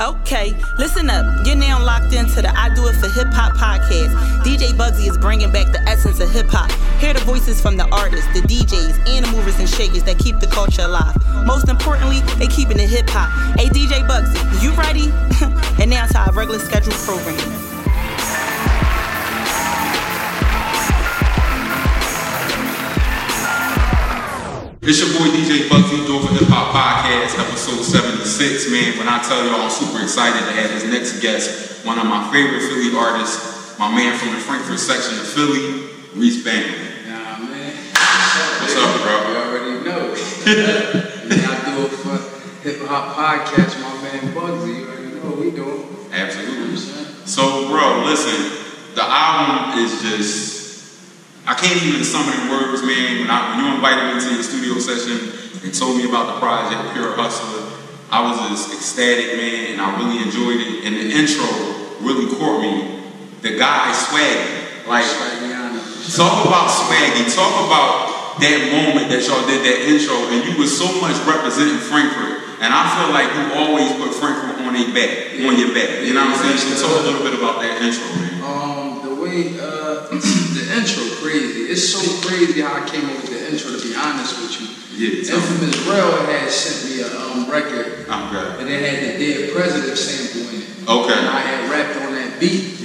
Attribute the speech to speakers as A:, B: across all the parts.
A: Okay, listen up. You're now locked into the I Do It for Hip Hop podcast. DJ Bugsy is bringing back the essence of hip hop. Hear the voices from the artists, the DJs, and the movers and shakers that keep the culture alive. Most importantly, they keeping it hip hop. Hey, DJ Bugsy, you ready? and now to our regular scheduled program.
B: It's your boy DJ Bugsy doing for Hip Hop Podcast, episode 76. Man, when I tell y'all I'm super excited to have this next guest, one of my favorite Philly artists, my man from the Frankfurt section of Philly, Reese Banger.
C: Nah, man.
B: What's up, bro?
C: You already know. Man, I do it for hip hop podcast. My man Bugsy, you already know what we doing.
B: Absolutely. So, bro, listen, the album is just. I can't even sum it in words, man. When, I, when you invited me to your studio session and told me about the project Pure Hustler, I was just ecstatic, man, and I really enjoyed it. And the intro really caught me. The guy swag, like Talk about swaggy. Talk about that moment that y'all did that intro, and you was so much representing Frankfurt. And I feel like you always put Frankfurt on a back, on your back. You know what I'm saying? So talk a little bit about that intro, man.
C: Um, the way uh, the intro crazy. It's so crazy how I came up with the intro. To be honest with you,
B: Yeah, tell me.
C: Infamous Rail had sent me a um, record,
B: I'm good.
C: and it had the Dead President sample in
B: Okay.
C: it.
B: Mm-hmm.
C: And I had rapped on that beat,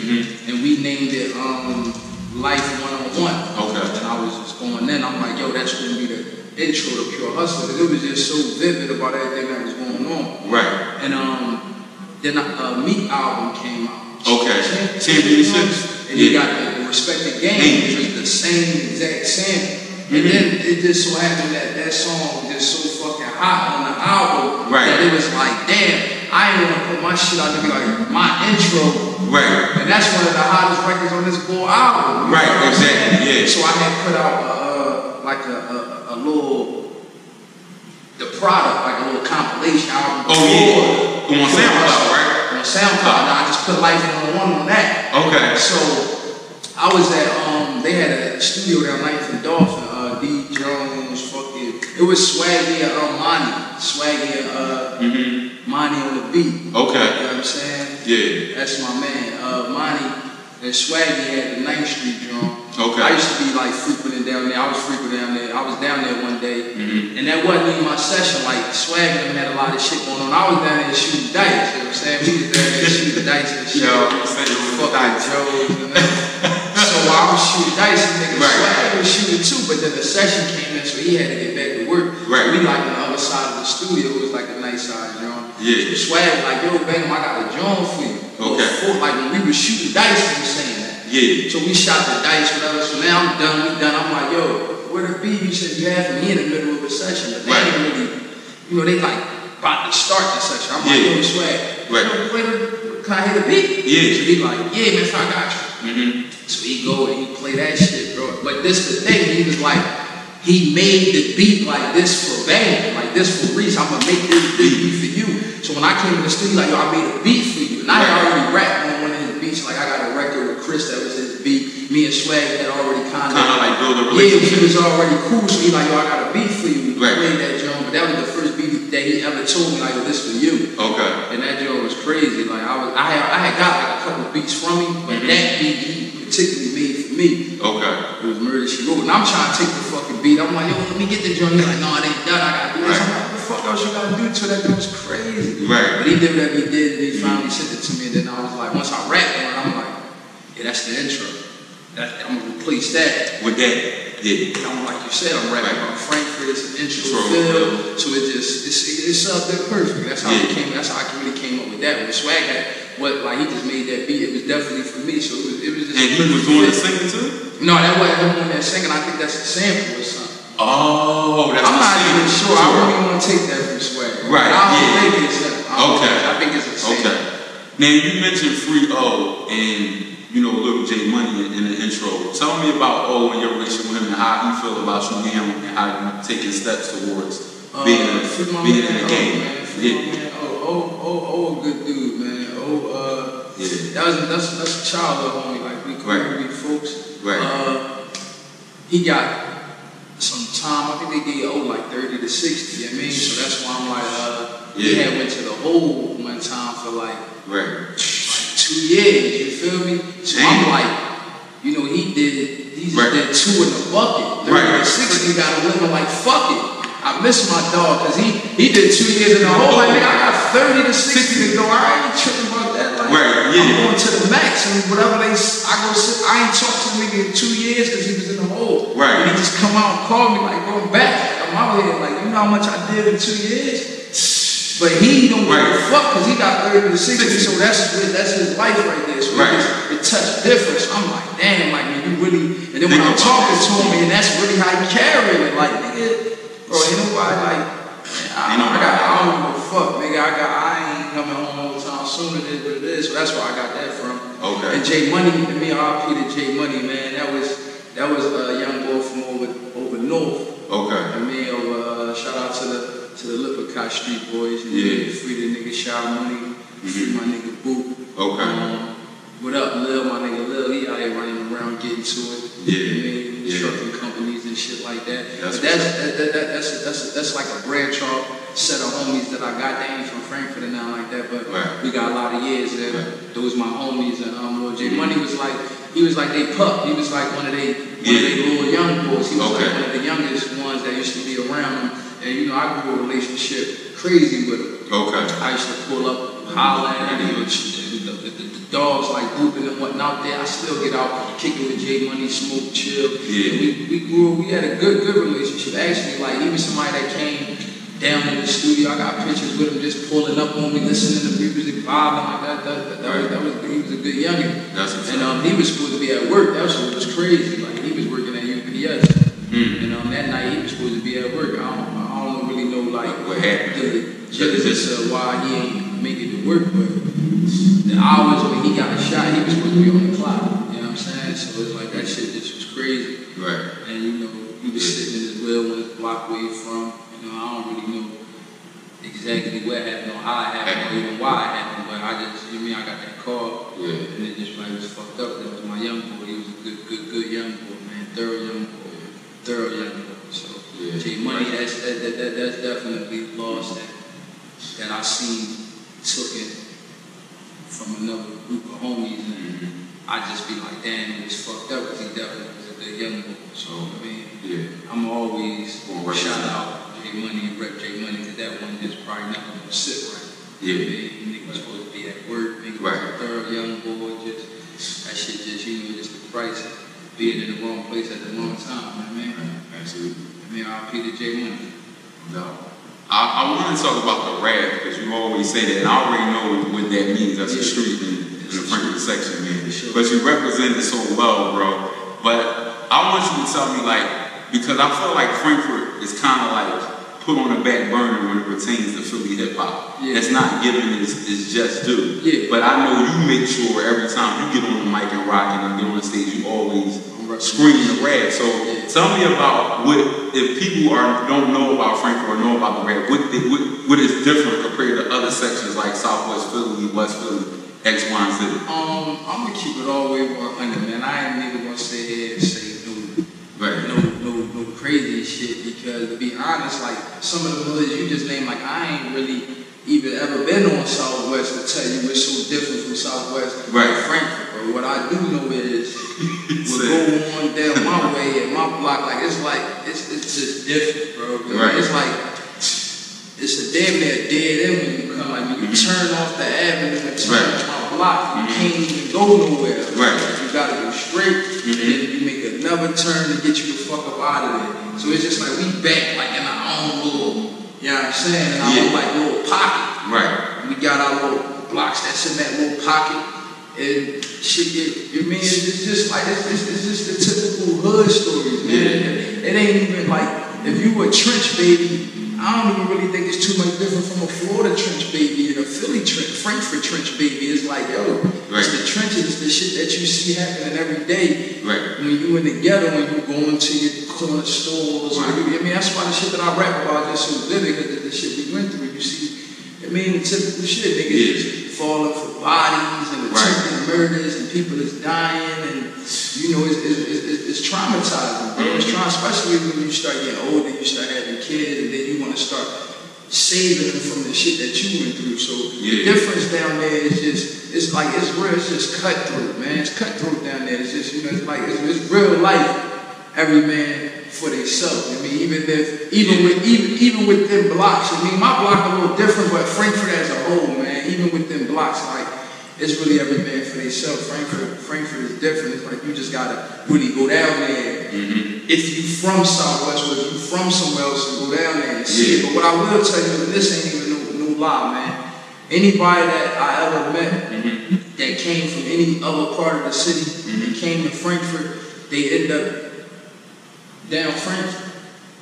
C: and we named it um, Life One on One.
B: Okay.
C: And I was just going in. I'm like, yo, that's gonna be the intro to Pure Hustle. 'cause it was just so vivid about everything that was going on.
B: Right.
C: And um, then uh, Meat album came out.
B: Okay.
C: Champ-
B: Championships?
C: And you
B: Yeah.
C: got the Respect the Game,
B: Game.
C: which was the same exact sample. And then
B: Mm-hmm.
C: it just so happened that that song was just so fucking hot on the album
B: Right.
C: that it was like, damn, I ain't want to put my shit out to be like my intro
B: Right.
C: and that's one of the hottest records on this whole album. you
B: Right,
C: know what I'm
B: exactly,
C: saying?
B: yeah.
C: So I had put out uh, uh, like a, a, a little, the product, like a little compilation album.
B: Oh, yeah. On SoundCloud, right?
C: On SoundCloud, and I just put Life on One on that.
B: Okay.
C: So I was at, um, they had a studio down night for Dolphin, uh, D. Jones, fucking, it was Swaggy and uh, Monty. Swaggy and uh,
B: Mm-hmm.
C: Monty on the beat. You
B: Okay.
C: know what I'm saying?
B: Yeah.
C: That's my man, uh, Monty and Swaggy had the 9th Street drum.
B: Okay.
C: I used to be like frequenting down there. I was frequenting down there. I was down there one day,
B: Mhm.
C: and that wasn't even my session. Like Swaggy and them had a lot of shit going on. I was down there shooting dice. You know what I'm saying? We was down there shooting dice and shit.
B: Yo, I'm saying you was
C: fucking
B: dice.
C: Joes and that. so I was shooting dice and nigga
B: Right.
C: Swaggy was shooting too. But then the session came in, so he had to get back to work.
B: Right.
C: We like on the other side of the studio. It was like a nice size drum.
B: Yeah.
C: So Swag was like, yo, Bam, I got a drum for you.
B: Okay.
C: Before, like when we were shooting dice, he was saying that.
B: Yeah.
C: So we shot the dice, whatever. So now I'm done, we done. I'm like, yo, where the beat? You said you had for me in the middle of a session, but they
B: Right.
C: ain't really, you know, they like about to start the session. I'm
B: Yeah.
C: like, yo, swag.
B: Right.
C: Wait, wait, can I hear the beat?
B: Yeah.
C: So he like, yeah, man, so I got you.
B: Mm-hmm.
C: So he go and he play that shit, bro. But this the thing, he was like, he made the beat like this for Bang, like this for Reese. I'm gonna make this this beat for you. So when I came to the studio, like, yo, I made a beat for you. And I had
B: Right.
C: already rapped on one of his beats. Like I got a record with Chris that was his beat. Me and Swag had already kind
B: Kinda like build a
C: yeah,
B: relationship.
C: he was already cool, so he like, yo, I got a beat for you. We
B: Right.
C: played that joint, but that was the first beat that he ever told me, like, yo, this for you.
B: Okay.
C: And that joint was crazy. Like I was, I had, I had got like a couple beats from him, but that beat he particularly made for me.
B: Okay.
C: It was Murder She Wrote, and I'm trying to take the fucking beat. I'm like, yo, let me get the joint. He's like, no, it ain't done. I gotta do this. I'm like, what the fuck else you gotta do to it? that? That was crazy. But
B: Right.
C: he did whatever he did, and he finally sent it to me. And then I was like, once I rapped on it, I'm like, yeah, that's the intro. That, I'm gonna replace that.
B: With that, yeah.
C: And I'm like you said, I'm rapping about Frankfurt, it's an intro
B: True.
C: feel, so it just it's it- it's up there perfect. That's how it
B: Yeah.
C: came. That's how I really came up with that. When Swag had what like he just made that beat, it was definitely for me. So it was, it was just.
B: And he was doing the singing too?
C: No, that wasn't him on that singing. I think that's a sample or something.
B: Oh, that's the
C: I'm not
B: singing
C: even sure. I
B: tour.
C: really want to take that from Swag.
B: Right,
C: I don't
B: yeah.
C: think it's him. I don't
B: Okay.
C: think- I think it's a sample.
B: Okay. Now you mentioned Free O and you know Little J Money in, in the intro. Tell me about O and your relationship with him and how you feel about you now and how you taking steps towards
C: Uh,
B: being in
C: free my
B: the, being in
C: man,
B: the
C: oh,
B: game.
C: man, free my
B: Yeah.
C: man. Oh, oh, oh, oh, a good dude, man. Oh, uh,
B: Yeah.
C: that was that's that's childhood homie. Like we cool,
B: Right.
C: we folks.
B: Right.
C: Uh, he got some time. I think they gave oh like thirty to sixty. You know what I mean, so that's why I'm like, uh, he
B: Yeah.
C: had went to the hole one time for for like
B: Right.
C: two years. You feel me? So
B: Damn.
C: I'm like, you know, he did it. He just
B: Right.
C: did two in a bucket. Three
B: Right.
C: and six, we got a winner. Like fuck it. I miss my dog because he he did two years in a hole. Like nigga, I got thirty to sixty to go. I ain't tripping about that. Like,
B: Right, yeah.
C: I'm going to the max and whatever they. s- I go sit. I ain't talked to a nigga in two years because he was in the hole.
B: Right.
C: And he just come out and call me like, bro, I'm back. I'm out here. Like, you know how much I did in two years. But he don't give
B: Right.
C: a fuck because he got 30 to 60, so that's his, that's his life right there. So
B: Right.
C: it, just- it touched difference. I'm like, damn, like, man, you really. And then when
B: Think
C: I'm
B: about
C: talking
B: that.
C: to him, and that's really how he carry it. Like, nigga, bro, ain't nobody like, I,
B: Ain't
C: I
B: nobody.
C: got, I don't give a fuck, nigga. I got, I ain't coming home all the time sooner than what it is. So that's where I got that from.
B: Okay.
C: And Jay Money, to me, RP to Jay Money, man, that was, that was a young boy from over, over north.
B: Okay.
C: And me, uh, shout out to the to the Lippincott Street boys. You
B: Yeah. Mm-hmm.
C: know, Free the nigga Shaw Money. Free my nigga Boo.
B: Okay.
C: Um, what up, Lil? My nigga Lil, he out here running around getting to it.
B: Yeah,
C: You know what I mean?
B: yeah.
C: Trucking companies and shit like that.
B: That's
C: But that's that, that, that, that's that's that's like a branch off set of homies that I got. They ain't from Frankfurt and nothing like that, but
B: Right.
C: we got a lot of years there.
B: Right. Mm-hmm.
C: Those my homies and um, Lil J Money was like he was like they pup. He was like one of they one
B: Yeah.
C: of they little young boys. He was
B: Okay.
C: like one of the youngest ones that used to be around him. And you know, I grew a relationship crazy with him.
B: Okay.
C: I used to pull up, holler at him, and the, the, the, the dogs like whooping and whatnot out there. I still get out kicking with Jay Money, smoke, chill.
B: Yeah.
C: We, we grew, we had a good, good relationship. Actually, like even somebody that came down in the studio, I got pictures with him just pulling up on me, listening to music, vibing. Like that, that, that, that, was, that was, he was a good youngin'.
B: That's what's
C: And
B: up.
C: um, he was supposed to be at work. That was what was crazy. Like he was working at UPS.
B: Hmm.
C: And um, that night he was supposed to be at work. I don't, I don't really know like
B: What happened?
C: the genesis of why he ain't making it to work, but the hours when he got shot, he was supposed to be on the clock. You know what I'm saying? So it's like that shit just was crazy.
B: Right.
C: And you know, he was sitting in his well with his block where he from. You know, I don't really know exactly what happened or how it happened or even why it happened, but I just, you know, what I mean, I got that call.
B: Yeah.
C: And it just like was fucked up. That was my young boy. He was a good, good, good young boy, man. Thorough young boy. Thorough young boy. So,
B: Yeah.
C: J Money, that's, that, that, that, that's definitely lost that, that I seen took it from another group of homies. And,
B: Mm-hmm.
C: I just be like, damn, it was fucked up because he definitely was a good young boy. So I mean,
B: Yeah.
C: I'm always
B: Gonna rep
C: shout
B: him.
C: out J Money and rep J Money because that one is probably not gonna sit right.
B: Yeah.
C: I mean, nigga was supposed to be at work, nigga was
B: Right.
C: a thorough young boy, just that shit just you know just the price of being in the wrong place at the wrong time, man. man.
B: Absolutely.
C: I mean, RP to J Money.
B: No. I, I want to talk about the rap because you always say that, and I already know what that means. That's the
C: Yeah.
B: street in, in the Franklin section, man.
C: Sure.
B: But you represent it so well, bro. But I want you to tell me, like, because I feel like Frankfurt is kind of like put on the back burner when it pertains to Philly hip hop.
C: Yeah.
B: It's not given its, its just due.
C: Yeah.
B: But I know you make sure every time you get on the mic and rock and get on the stage, you always
C: I'm repping.
B: scream the rap. So
C: Yeah.
B: Tell me about what if people are don't know about Frankfurt or know about the rap. What, they- what what is different compared to other sections like Southwest Philly, West Philly, X, Y, and Z?
C: Um, I'm gonna keep it all the way 100, man. I ain't even gonna sit here and say no
B: Right.
C: no, no, no crazy shit because to be honest, like some of the hoods you just named, like I ain't really even ever been on Southwest to tell you it's so different from Southwest
B: Right.
C: to Frankfurt. But what I do know is what
B: Say.
C: go on down my way and my block, like it's like it's it's just different, bro.
B: Right.
C: It's like it's a damn near dead end when you come. Like when you turn off the avenue and turn
B: Mm-hmm. Right. Mm-hmm.
C: off my block, you can't even go nowhere.
B: Right. Mm-hmm.
C: You gotta go straight, and then you make another turn to get you the fuck up out of there. So it's just like we back like in our own little, you know what I'm saying, in our own
B: Yeah.
C: like little pocket.
B: Right.
C: We got our little blocks that's in that little pocket, and shit. Get, you mean it's it's just like it's, it's, it's just the typical hood stories, man. It ain't even like if you a trench baby. I don't even really think it's too much different from a Florida trench baby and a Philly trench, Frankfurt trench baby. It's like, yo,
B: Right.
C: it's the trenches, the shit that you see happening every day.
B: Right.
C: When you in the ghetto, when you going to your corner stores, or you, I mean, that's why the shit that I rap about is so vivid because the shit we went through. You see, I mean, the typical shit, niggas
B: Yeah.
C: just falling for bodies and
B: Right.
C: attempted murders and people is dying and you know it's, it's, it's, it's- it's
B: Mm-hmm.
C: traumatizing, bro. It's trauma, especially when you start getting older, you start having kids, and then you want to start saving them from the shit that you went through. So the
B: Yeah.
C: difference down there is just it's like it's real. It's just cutthroat, man. It's cutthroat down there. It's just you know it's like it's, it's real life. Every man for themselves. I mean, even if even with even even with them blocks. I mean, my block a little different, but Frankfurt as a whole, man. Even with them blocks, like. It's really every man for themselves. Frankfurt, Frankfurt is different. It's like you just gotta really go down there if you from Southwest or if you from somewhere else, you go down there and see it. But what I will tell you, and this ain't even no, no lie, man. Anybody that I ever met
B: Mm-hmm.
C: that came from any other part of the city and came to Frankfurt, they end up down Frankfurt.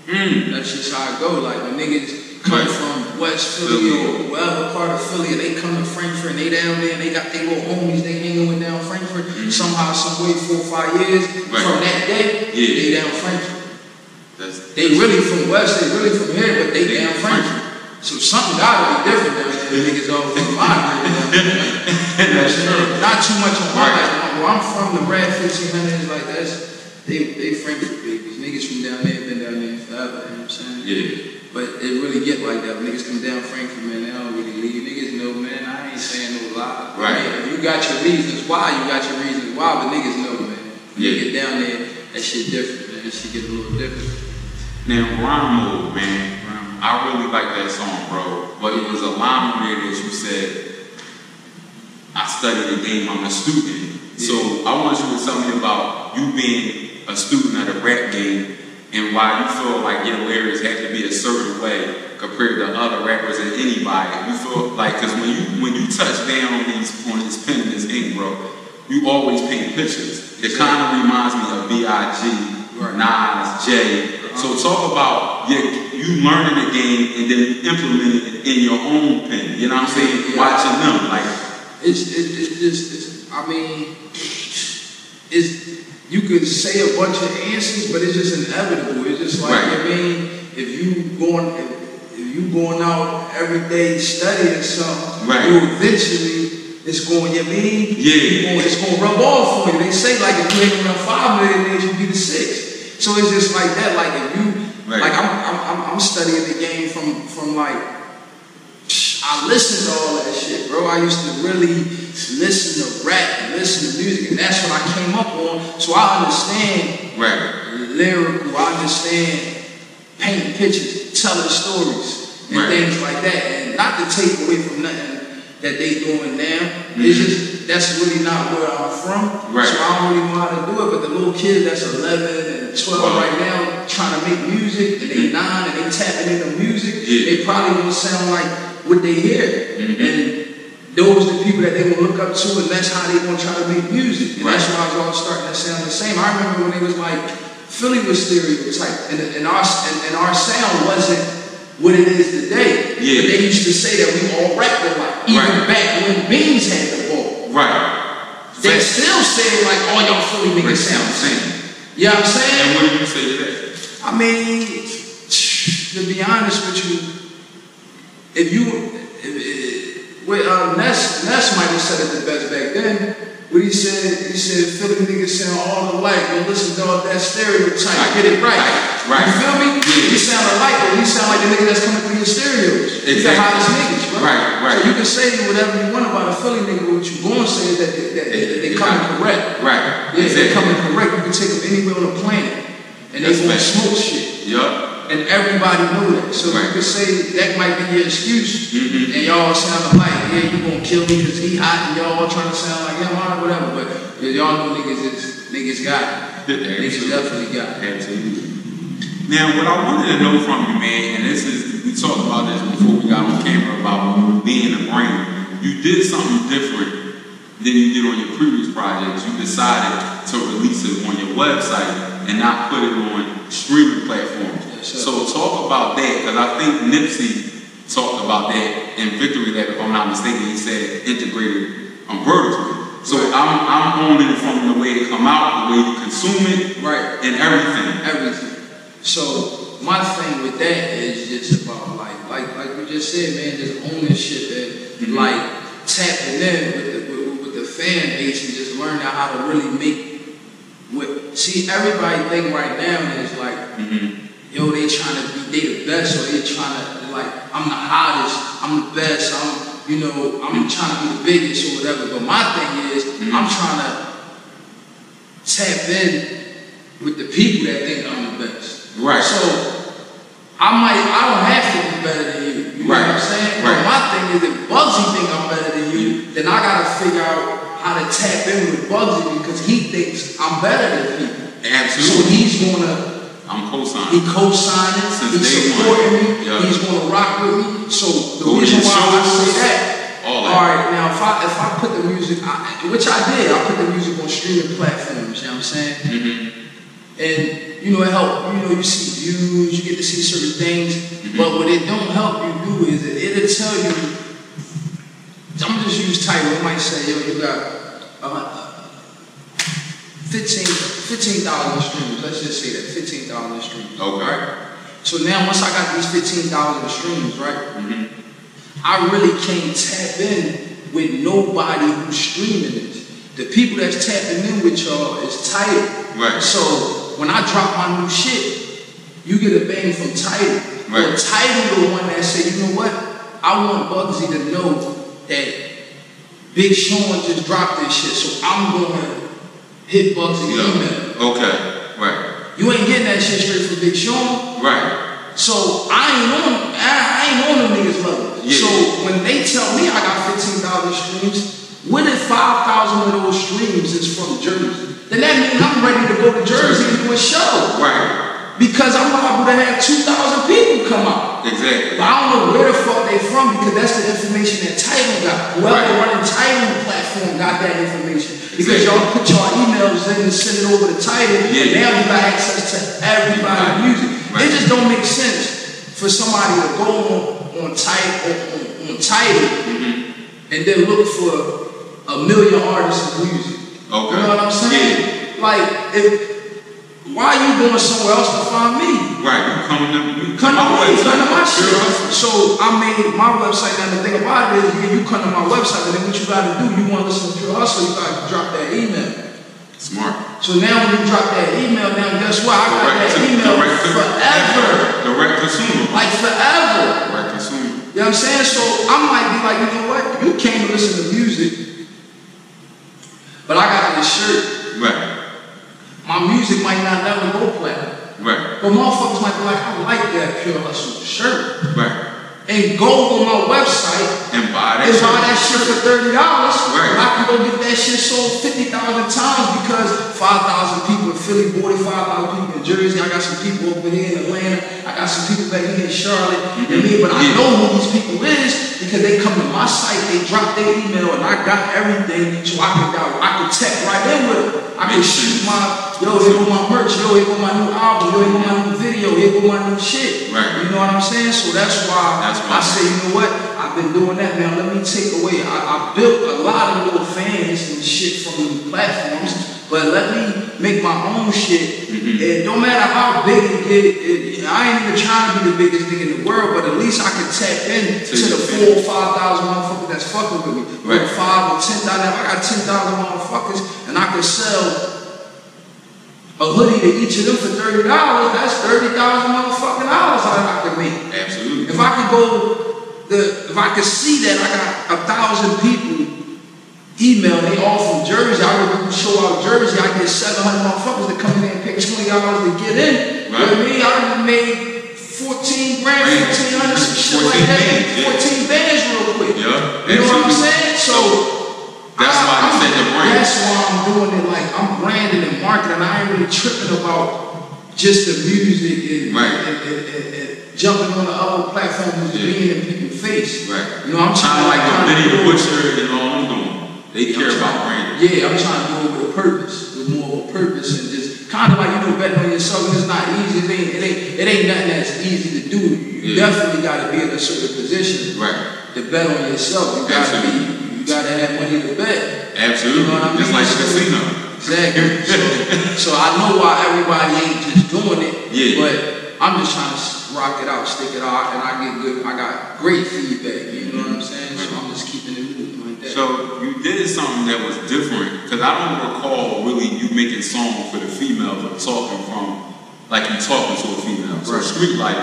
C: That's just how it go. Like when niggas come
B: Mm-hmm. Right.
C: from West Philly
B: Philly.
C: or whatever part of Philly, and they come to Frankfurt and they down there and they got their little homies they hanging with down Frankfurt. Somehow, some way, four or five years
B: Mm-hmm. Right.
C: from that
B: Yeah.
C: day, they down Frankfurt.
B: That's
C: They really from West, they really from here, but they
B: They
C: damn
B: French.
C: French. So something gotta be different down there. Niggas all from my
B: That's true.
C: Not too much on my
B: Right.
C: life. Where I'm from, the Brad 1500s, like that's, they, they Frankfurt babies. Niggas from down there been down there forever, you know what I'm saying?
B: yeah.
C: But it really get like that. When niggas come down Frankfurt, man, they don't really leave. Niggas know, man, I ain't saying no lie.
B: Right.
C: Man, if you got your reasons why, you got your reasons why, but niggas know, man. When
B: Yeah.
C: You get down there, that shit different, man. That shit get a little different.
B: Now, Rhyme Mode, man. I really like that song, bro. But it was a line on there that you said, I study the game, I'm a student. So I want you to tell me about you being a student of the rap game and why you feel like your lyrics had to be a certain way compared to other rappers and anybody. You feel like, because when you, when you touch down on these, on this pen and this ink, bro, you always paint pictures. It kind of reminds me of B.I.G.,
C: Right.
B: Nas, Jay. So talk about your, you learning the game and then implementing it in your own pen. You know what I'm saying?
C: Yeah.
B: Watching them, like
C: It's it, it's just it's, I mean, it's you could say a bunch of answers, but it's just inevitable. It's just like
B: Right.
C: I mean, if you going if, if you going out every day studying something,
B: Right.
C: you eventually. It's going, you mean?
B: Yeah.
C: you gonna- It's going to rub off on you. They say, like, if you hang around five million days, you be the six. So it's just like that. Like, if you,
B: Right.
C: like, I'm, I'm, I'm- I'm studying the game from, from like, I listened to all that shit, bro. I used to really listen to rap and listen to music, and that's what I came up on. So I understand
B: right.
C: lyrical, I understand painting pictures, telling stories, and
B: Right.
C: things like that. And not to take away from nothing that they doing now. It's just that's really not where I'm from.
B: Mm-hmm. Right.
C: So I don't really know how to do it. But the little kid that's 11 and 12
B: Wow.
C: right now trying to make music, and they nine and they tapping into
B: mm-hmm.
C: music,
B: Yeah. Mm-hmm.
C: they probably gonna sound like what they hear. And those the people that they gonna look up to, and that's how they gonna try to make music. And that's
B: Right.
C: why it's all starting to sound the same. I remember when it was like Philly was stereotyped, and, and our and, and our sound wasn't what it is today.
B: Yeah.
C: But they used to say that we all rapped alike, even
B: Right.
C: back when Beans had the ball.
B: Right.
C: They
B: Facts.
C: still say like all y'all Philly
B: Right.
C: niggas sound the same. You know what I'm saying?
B: And what do you say to that?
C: I mean, to be honest with you, if you, if, if, with, uh, Ness, Ness might have said it the best back then. When he said, he said, Philly niggas sound all alike. Well, listen to all that stereotype. I get it right.
B: Right.
C: You feel me?
B: Yeah.
C: You sound alike, but you sound like the nigga that's coming through your stereos. You the
B: Exactly.
C: hottest niggas, bro.
B: Right, right.
C: So you can say whatever you want about a Philly nigga, but what you going to say is that, that, that, that they coming correct.
B: Right.
C: Yeah, they coming correct. You can take them anywhere on the planet, and they
B: That's
C: gonna
B: fact.
C: smoke shit.
B: Yup.
C: And everybody know that. So you
B: Right. Mm-hmm.
C: could say that might be your excuse, and y'all sound alike. Yeah, you gonna kill me because he hot, and y'all trying to sound like him, all right, whatever. But yeah, y'all know niggas is niggas got it.
B: Absolutely.
C: niggas definitely got it.
B: Absolutely. Now, what I wanted to know from you, man, and this is, we talked about this before we got on camera about being a brand. You did something different than you did on your previous projects. You decided to release it on your website and not put it on streaming platforms.
C: Yes, sir.
B: so talk about that, because I think Nipsey talked about that in Victory Lap, if I'm not mistaken. He said integrated um, vertically. So
C: Right.
B: I'm, I'm owning it from the way it come out, the way you consume it,
C: Right.
B: and everything.
C: everything. So my thing with that is just about like like like you just said, man, just owning shit and like tapping in with the with, with the fan base and just learning how to really make what see everybody think right now is like
B: Mm-hmm.
C: yo, they trying to be they the best, or they trying to like, I'm the hottest, I'm the best, I'm you know, I'm trying to be the biggest or whatever. But my thing is,
B: Mm-hmm.
C: I'm trying to tap in with the people that think I'm the best.
B: Right.
C: So I might I don't have to be better than you. You know what I'm
B: Right.
C: saying?
B: Right.
C: But my thing is if Bugsy think I'm better than you, then I gotta figure out how to tap in with Bugsy because he thinks I'm better than people. So
B: Absolutely.
C: he's gonna
B: I'm
C: he
B: co-signing.
C: co-signing,
B: Since
C: he's
B: day one.
C: supporting me,
B: Yeah.
C: he's gonna rock with me. So the
B: Go to
C: reason
B: your
C: why I
B: shows,
C: say that,
B: all that.
C: right, now if I if I put the music, I, which I did, I put the music on streaming platforms. You know what I'm saying?
B: Mm-hmm.
C: And you know it helped. You know you see views, you get to see certain things.
B: Mm-hmm.
C: But what it don't help you do is it, it'll tell you. I'm just use title. It might say, yo, you got. Uh, 15 $15 streams, let's just say that, $15 streams.
B: Okay.
C: So now, once I got these 15,000 streams, right?
B: Mm-hmm.
C: I really can't tap in with nobody who's streaming it. The people that's tapping in with y'all is tight.
B: Right.
C: So when I drop my new shit, you get a bang from title.
B: Right.
C: Or title the one that say, you know what? I want Bugsy to know that Big Sean just dropped this shit, so I'm gonna hit Bugsy email.
B: Yeah. Okay. Right.
C: You ain't getting that shit straight from Big Sean.
B: Right.
C: So I ain't on I, I ain't on them niggas level.
B: Yeah.
C: So when they tell me I got 15,000 streams, what if 5,000 of those streams is from Jersey? Then that means I'm ready to go to Jersey and do a show.
B: Right.
C: Because I'm liable to have 2,000 people come out. But
B: Exactly.
C: I don't know where the fuck they from because that's the information that Title got. Whoever
B: Right.
C: running Title platform got that information.
B: Exactly.
C: Because y'all put y'all emails in and send it over to Title, and
B: Yeah.
C: now you got access to everybody's music. It
B: Right.
C: just don't make sense for somebody to go on on Title on, on Tidal
B: Mm-hmm.
C: and then look for a million artists' music.
B: Okay.
C: You know what I'm saying? Like, if why are you going somewhere else to find me?
B: Right. You coming to you
C: Come to
B: my
C: my
B: website.
C: come to my
B: Sure.
C: shit. So I made my website. Now the thing about it is, yeah, you come to my website, but then what you gotta do, you wanna listen to Pure Hustle, you gotta drop that email.
B: Smart.
C: So now when you drop that email, now guess what? I got
B: Direct
C: that
B: to
C: email
B: direct to
C: forever.
B: Direct consumer.
C: Like forever.
B: Direct consumer.
C: You know what I'm saying? So I might be like, you know what? You came to listen to music, but I got this shirt.
B: Right.
C: My music might not never go platinum.
B: Right.
C: But motherfuckers might be like, I like that Pure Hustle shirt.
B: Right.
C: And go on my website
B: And buy that.
C: They
B: shit.
C: buy that shit for thirty dollars.
B: Right.
C: I can go get that shit sold fifty thousand times because five thousand people in Philly bought it, five thousand people in Jersey. I got some people over here in Atlanta. I got some people back here in Charlotte. And me, but I
B: Yeah.
C: know who these people is because they come to my site, they drop their email, and I got everything, so I can I can tech right in with them. I can
B: Makes sense.
C: shoot my yo, here go my merch, yo, here go my new album, yo, here go my new video, here go my new shit.
B: Right.
C: You know what I'm saying? So that's why
B: That's
C: I
B: why.
C: say, you know what? I've been doing that now. Let me take away. I, I built a lot of little fans and shit from the platforms, but let me make my own shit. And no matter how big it get, it, I ain't even trying to be the biggest thing in the world, but at least I can tap in to,
B: To
C: the
B: your
C: four or five thousand motherfuckers that's fucking with me.
B: Right.
C: Or five or ten thousand. If I got ten thousand motherfuckers, and I can sell a hoodie to each of them for thirty dollars, that's thirty thousand motherfucking dollars I, I could make.
B: Absolutely.
C: If I could go, the if I could see that I got a thousand people email, they all from Jersey, I would do a show out of Jersey, I get seven hundred motherfuckers to come in and pay twenty dollars to get in. You know what I mean? I done made fourteen grand,
B: Right.
C: fourteen hundred, some
B: 14
C: shit like that,
B: bands, yeah.
C: fourteen bands real quick.
B: Yeah,
C: You know what I'm
B: absolutely.
C: saying? So.
B: That's why I said the brand.
C: That's why I'm doing it. Like I'm branding and marketing. I ain't really tripping about just the music and,
B: Right.
C: and, and, and, and jumping on the other platforms and
B: Yeah.
C: being in people's face.
B: Right.
C: You know, I'm
B: Kind
C: trying
B: of like
C: to
B: the
C: kinda
B: Benny the
C: do it-
B: Butcher and all them doing. They
C: I'm
B: care about
C: trying-
B: branding.
C: Yeah, I'm trying to do it with a purpose, with more of a purpose, and just kind of like you know betting on yourself. It's not easy. It ain't. It ain't. It ain't nothing that's easy to do. You
B: Yeah.
C: definitely got to be in a certain position
B: Right.
C: to bet on yourself. You got to
B: Absolutely.
C: be. You got to have money to bet.
B: Absolutely.
C: You know what I mean?
B: Just like the casino.
C: Exactly. So, so I know why everybody ain't just doing it.
B: Yeah.
C: But I'm just trying to rock it out, stick it out, and I get good. I got great feedback. You know what I'm saying? So I'm just keeping it moving like that.
B: So you did something that was different because I don't recall really you making songs for the females or talking from like you talking to a female. So
C: Right.
B: street life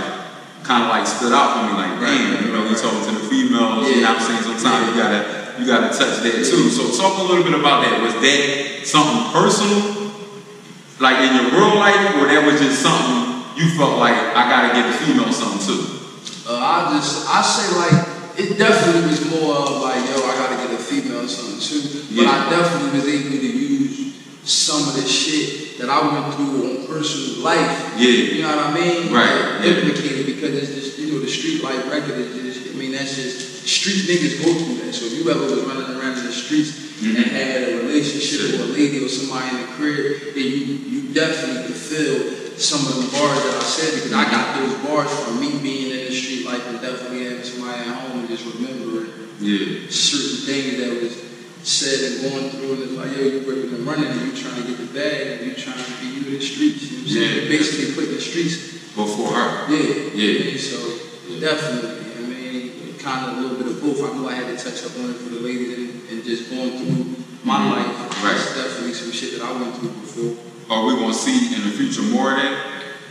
B: kind of like stood out for me. Like,
C: Right.
B: damn, you know, you talking to the females. You know what I'm saying? Sometimes you gotta you gotta touch that too. So talk a little bit about that. Was that something personal, like in your real life, or that was just something you felt like I gotta give the female something too?
C: Uh, I just, I say like, it definitely was more of like, yo, I gotta get a female or something too. But
B: Yeah.
C: I definitely was able to use some of the shit that I went through on personal life.
B: Yeah.
C: You know what I mean?
B: Right,
C: Like,
B: yeah.
C: Implicated because it's just, you know, the street life record is just, I mean, that's just, street niggas go through that. So if you ever was running around in the streets and
B: Mm-hmm.
C: had a relationship with a lady or somebody in the crib, then you, you definitely could feel some of the bars that I said because I got those bars from me being in the street life and definitely having somebody at home and just remembering
B: Yeah.
C: certain things that was said and going through and it's like, yo, you ripping and running and you trying to get the bag and you trying to be you in the streets. You know what I'm saying?
B: Yeah.
C: Basically putting the streets.
B: Before her.
C: Yeah.
B: Yeah.
C: So
B: Yeah.
C: definitely. I mean, kind of a little bit of both. I knew I had to touch up on it for the ladies and, and just going through my
B: Mhm.
C: life.
B: Right.
C: That's definitely some shit that I went through before.
B: Are we gonna see in the future more of that?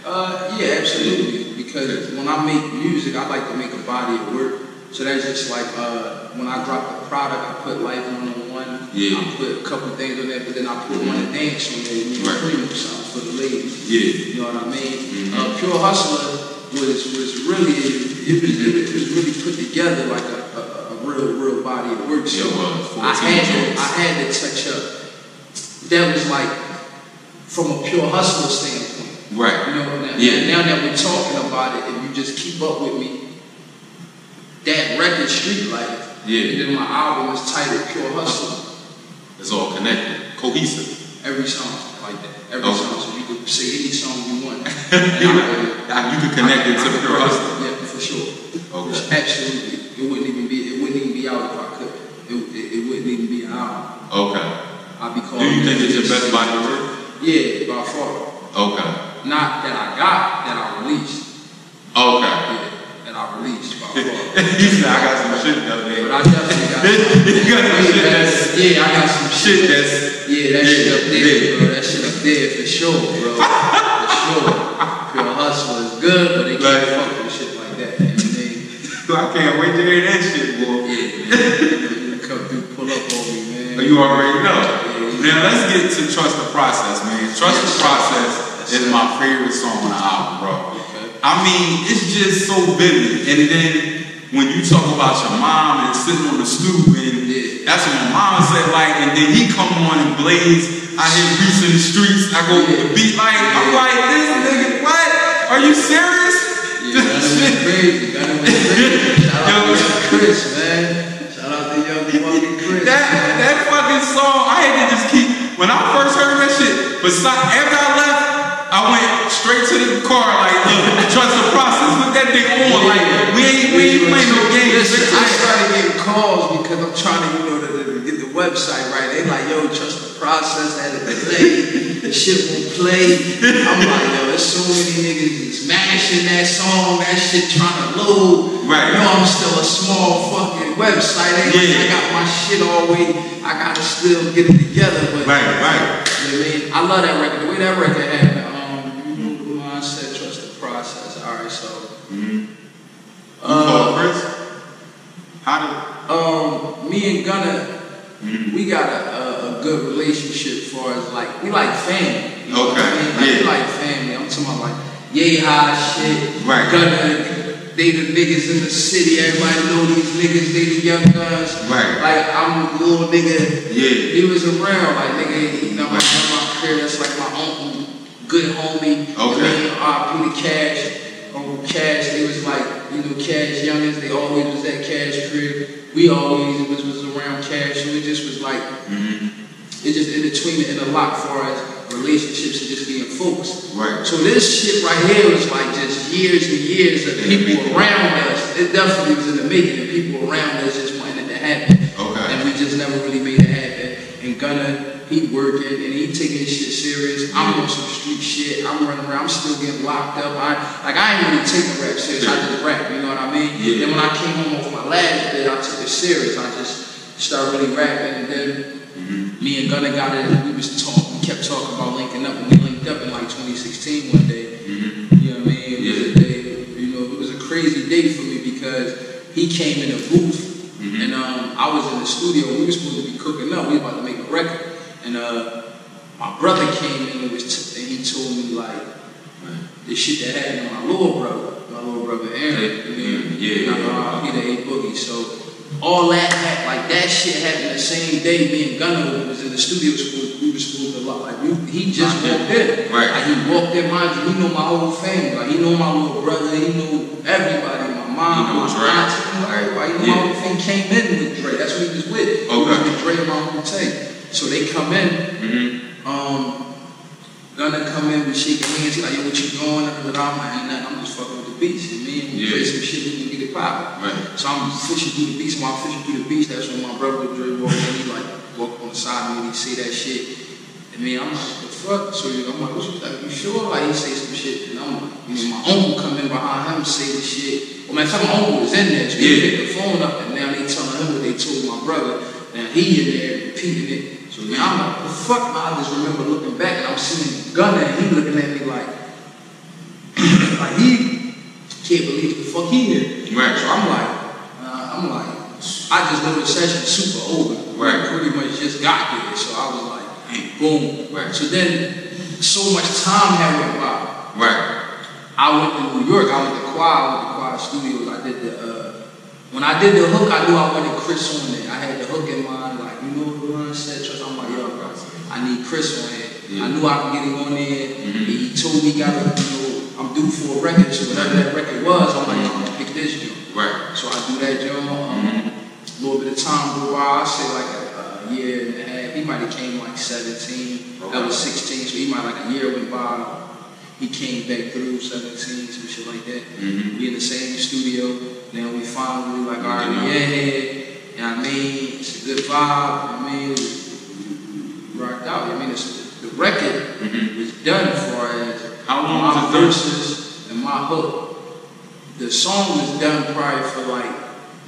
C: Uh, yeah, absolutely. Because when I make music, I like to make a body of work. So that's just like uh, when I drop the product, I put life one on one.
B: Yeah. Mm-hmm.
C: I put a couple things on there, but then I put one to dance on there. You know,
B: Right.
C: premium songs for the ladies.
B: Yeah.
C: You know what I mean?
B: Mhm.
C: Uh, Pure Hustler was was really it was, it was really put together like a, a, a real real body of work. So
B: Yeah, well,
C: I
B: 14
C: had to,
B: joints.
C: I had to touch up. That was like from a pure hustler standpoint.
B: Right.
C: You know, now,
B: Yeah.
C: now that we're talking about it, if you just keep up with me, that record Street Life,
B: Yeah.
C: and then my album is titled Pure Hustle.
B: It's all connected, cohesive.
C: Every song like that. Every
B: Oh.
C: song, so you can say any song you want. And I-
B: you can connect it to
C: I- I-
B: pure hustler.
C: Yeah, for sure.
B: Okay.
C: Absolutely. It wouldn't even be. It wouldn't even be out if I could. It, it, it wouldn't even be out.
B: Okay.
C: I'd be called.
B: Do you think it's your best body of work?
C: Yeah, by far.
B: Okay.
C: Not that I got, that I released.
B: Okay.
C: Yeah, that I released by far.
B: he said, I got some shit the other
C: But
B: day.
C: I definitely got some
B: You got some shit that's
C: Yeah, I got some shit.
B: shit that's
C: Yeah, that shit up
B: Yeah,
C: there,
B: yeah.
C: bro. That shit up there for sure, bro. For sure. Pure hustle is good, but they can't
B: Right.
C: fuck with shit like that. And they,
B: I can't wait to hear that shit, boy.
C: yeah, man. Come through, pull up on me, man.
B: You already know. Now let's get to trust the process, man. Trust the process is my favorite song on the album, bro. I mean, it's just so vivid. And then when you talk about your mom and sitting on the stoop, and
C: Yeah.
B: that's what my mom said, like, and then he come on and blaze. I hear beats in the streets. I go with the beat, like, I'm like, this nigga, what? Are you serious?
C: Yeah, that was crazy. That was crazy. Shout out
B: Yo.
C: to young Chris, man. Shout out to young fucking Chris.
B: That
C: man.
B: that fucking song, I had to just keep. When I first heard that shit, but so- after I left, I went straight to the car. Like, look, trust the process. Put that thing on. Like, we ain't we ain't playing no games.
C: Listen, I
B: bitch.
C: started getting calls because I'm trying to, you know, to, to get the website right. They like, yo, trust the process, that it play, the shit will play. I'm like, yo, there's so many niggas that's mashing that song, that shit trying to load.
B: Right.
C: You know, I'm still a small fucking website. Ain't
B: Yeah.
C: like I got my shit all way. I gotta still get it together, but
B: Right, right.
C: you know what I mean? I love that record. The way that record happened, um, you know, I said trust the process. All right, so.
B: You
C: Uh,
B: called Chris? How did?
C: Um, me and Gunna, we got a, a, a good relationship for us. Like we like family. You know what I
B: Okay,
C: mean? Like, We
B: yeah.
C: like family. I'm talking about like yay high shit.
B: Right.
C: Gunna, they the niggas in the city. Everybody know these niggas. They the young guns.
B: Right.
C: Like I'm a little nigga.
B: Yeah.
C: He was around. Like nigga, you know, my,
B: Right.
C: my career. That's like my uncle, good homie.
B: Okay.
C: You know, RP to Cash. Uncle Cash, they was like, you know, Cash Youngins, they always was at Cash crib. We always was, was around Cash, and it just was like, it just in between and a lot for us, relationships and just being folks.
B: Right.
C: So this shit right here was like just years and years of
B: In the
C: people
B: making.
C: around us. It definitely was in the making, and people around us just wanted it to happen.
B: Okay.
C: And we just never really made it happen. And Gunna, he working and he taking his shit serious. I'm on some street shit. I'm running around. I'm still getting locked up. I like I ain't really taking rap serious. I just rap. You know what I mean?
B: Yeah.
C: Then when I came home off my last bit, I took it serious. I just started really rapping. And then me and Gunna got it. And we was talking. We kept talking about linking up. And we linked up in like 2016 one day. he came in the booth, and um, I was in the studio. We were supposed to be cooking up. We was about to make a record, and uh, my brother came in and, was t- and he told me like this shit that happened to my little brother, my little brother Aaron. you know,
B: Mm, Yeah, yeah, yeah.
C: he the A Boogie. So all that hap- like that shit happened the same day. Me and Gunna was in the studio school. We were schooled a lot. Like we, he just
B: Right.
C: walked in.
B: Right.
C: Like, he walked in. Mind you, he know my whole family. Like he know my little brother. He knew everybody. My mom,
B: He knows,
C: my
B: right.
C: auntie, he know everybody. He know
B: Yeah.
C: my whole thing came in with Dre. That's what he was with. He was
B: Okay.
C: with Dre and my whole thing. So they come in.
B: Mm-hmm.
C: Um, Gunna come in with shit, and he's like, yo, what you doing? I'm like, I ain't nothing, I'm just fucking with the beats. And me and we
B: Yeah.
C: play some shit, we can get it popping.
B: Right.
C: So I'm fishing through the beats, while I'm fishing through the beats, that's when my brother Dre walked in, he like, walked on the side of me, and he say that shit. And me, I'm like, the fuck? So you know, I'm like, what you, like, you sure? Like, he say some shit, and I'm like, you know, my uncle come in behind him, say this shit. Well, man, some uncle was in there, so he
B: Yeah.
C: picked the phone up, and now they telling him what they told my brother. Now he in there repeating it. So now I'm like, the fuck? I just remember looking back, and I'm seeing Gunna, and he looking at me like, like he can't believe the fuck he did.
B: Right.
C: So I'm like, uh, I'm like, I just know the session super over.
B: Right.
C: We Pretty much just got there. So I was like, boom.
B: Right.
C: So then so much time had went by.
B: Right.
C: I went to New York, I went to choir, I went to choir studios, I did the uh, when I did the hook, I knew I wanted Chris on it. I had the hook in mind, like, you know what Ron said, trust I'm like, yo, bro, I need Chris on it. I
B: Yeah. Mm-hmm.
C: knew I could get him on there. He told me gotta, you know, I'm due for a record, so whatever that record was, I'm like,
B: Mm-hmm.
C: I'm gonna pick this joint.
B: Right.
C: So I do that job. Um, A little bit of time go by. I say like a, a year and a half. He might have came like 17. I
B: Okay.
C: was 16, so he might like a year went by. He came back through 17, some shit like that.
B: Mhm.
C: We in the same studio. Then we finally like, all right,
B: Yeah.
C: yeah, you know what I mean, it's a good vibe. I mean, we- we rocked out. I mean, it's, the record
B: Mhm.
C: was done as far as
B: How long
C: my
B: was it done?
C: verses and my hook the song was done probably for like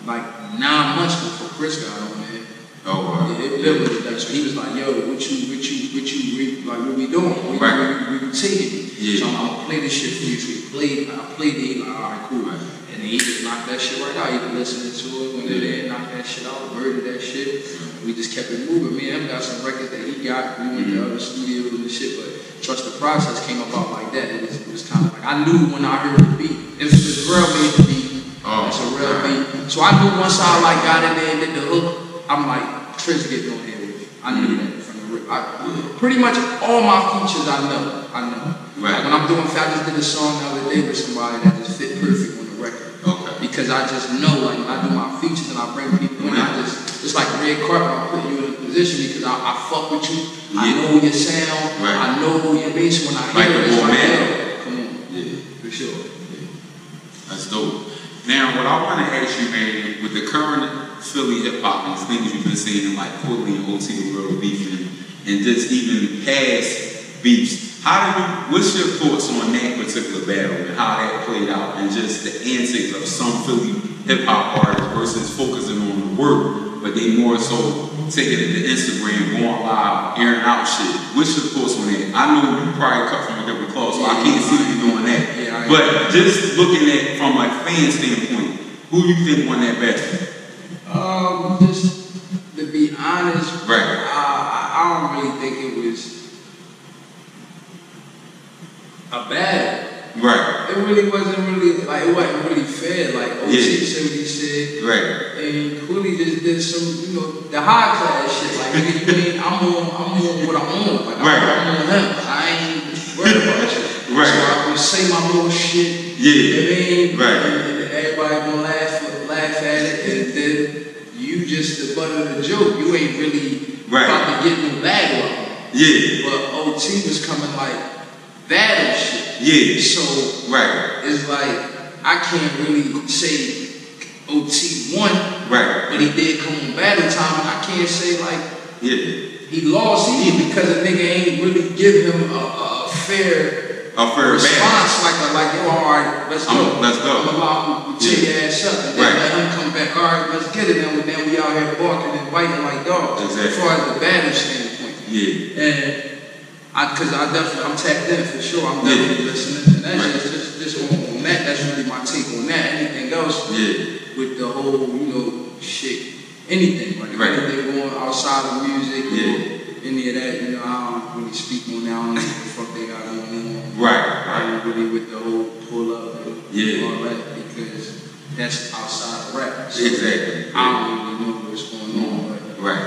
C: like nine months before Chris got on it.
B: Oh, wow.
C: It, it literally was done. So he was like, "Yo, what you, what you, what you, re, like, what we doing? What we-
B: Right.
C: we, we, we taking?"
B: Yeah.
C: So I'm gonna play this shit for you. So he played, I played it. He like, "All right, cool."
B: Right.
C: And he just knocked that shit right out. He been listening to it, went in there, knocked that shit out, murdered that shit.
B: Mm-hmm.
C: We just kept it moving. Me and him got some records that he got. We went to
B: Mm-hmm.
C: other studios and shit, but Trust the Process came about like that. It was, it was kind of like I knew when I heard the beat. It was the real made the beat.
B: Oh,
C: it's a real
B: alright.
C: beat. So I knew once I like got in there and did the hook, I'm like, Chris getting on here with me. I knew that from the rip. I, pretty much all my features I know. I know.
B: Right.
C: When I'm doing, I just did a song the other day with somebody that just fit perfect on the record.
B: uh, Okay.
C: Because I just know, like, when I do my features and I bring people in, I just, it's like red carpet, I put you in a position because I, I fuck with you. I
B: Yeah.
C: know your sound.
B: Right.
C: I know your bass when I
B: Like
C: hear
B: the
C: it. it's like,
B: momentum.
C: yo, Come on.
B: Yeah.
C: For sure.
B: That's dope. Now, what I want to ask you, man, with the current Philly hip hop and things you've been seeing, like Courtney and OT World beefing, and just even past beefs, how do you? What's your thoughts on that particular battle and how that played out, and just the antics of some Philly hip hop artists versus focusing on the work, but they more so taking it to Instagram, going live, airing out shit. What's your thoughts on that? I know you probably cut from a different cloth, so I can't see you doing that.
C: Yeah, I-
B: But just looking at from a fan standpoint, who do you think won that battle?
C: Um, just to be honest,
B: Right.
C: I, I I don't really think it was a bad.
B: Right,
C: It really wasn't really like it wasn't really fair. Like oh, OT
B: Yeah.
C: seventy six
B: right,
C: and Cooley just did some, you know, the high class shit. Like you mean I'm on, I'm on what I'm on. Like
B: Right.
C: I'm on him. I ain't worried about you.
B: Right.
C: So I'm gonna say my little shit.
B: Yeah.
C: You know what I mean?
B: Right.
C: And then everybody gonna laugh, laugh at it, and then you just the butt of the joke. You ain't really
B: Right.
C: about to get no battle. out.
B: yeah,
C: But OT was coming like battle shit.
B: yeah,
C: So
B: right,
C: it's like I can't really say OT won,
B: right,
C: but he did come on battle time. I can't say like
B: yeah.
C: he lost either because a nigga ain't really give him a, a, a fair
B: A fair battle.
C: response. Like a, like yo, all right, let's
B: I'ma-
C: go,
B: let's go.
C: I'm about to tear your ass up, and then
B: Right.
C: let him come back. All right, let's get it. And then we out here barking and biting like dogs.
B: Exactly.
C: As far as the battle standpoint.
B: Yeah,
C: And I, cause I definitely, I'm tapped in for sure. I'm definitely listening. And that's just, just, just on, on that. That's really my take on that. Anything else
B: yeah,
C: with the whole, you know, shit, anything, like
B: Right.
C: anything going outside of music,
B: Yeah.
C: or any of that, you know, I don't really speak on that. I don't know what the fuck they got on there.
B: Right, right.
C: I'm really with the whole pull up and
B: Yeah.
C: all that because that's outside of rap. So
B: Exactly.
C: I don't even know what's going on, but
B: Right.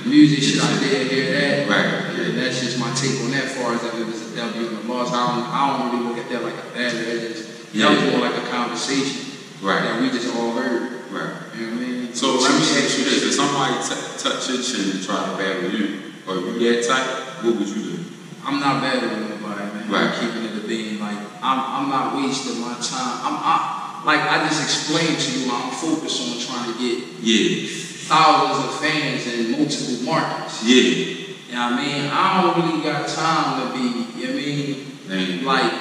C: the music shit I did hear that.
B: Right, yeah.
C: And that's just my take on that far as if it was a W and a loss. I don't I don't really look at that like a bad that just
B: Yeah.
C: that was more like a conversation.
B: Right.
C: That we just all heard.
B: Right.
C: You know what I mean?
B: So let me ask you this: If somebody t- touch your chin and try to battle you, or you that tight, what would you do?
C: I'm not mad at nobody, man.
B: Right.
C: I'm keeping it a being. Like I'm, I'm not wasting my time. I'm, I, like I just explained to you, I'm focused on trying to get
B: Yeah,
C: thousands of fans in multiple markets.
B: yeah.
C: You know what I mean? I don't really got time to be. You know what I mean?
B: Dang.
C: Like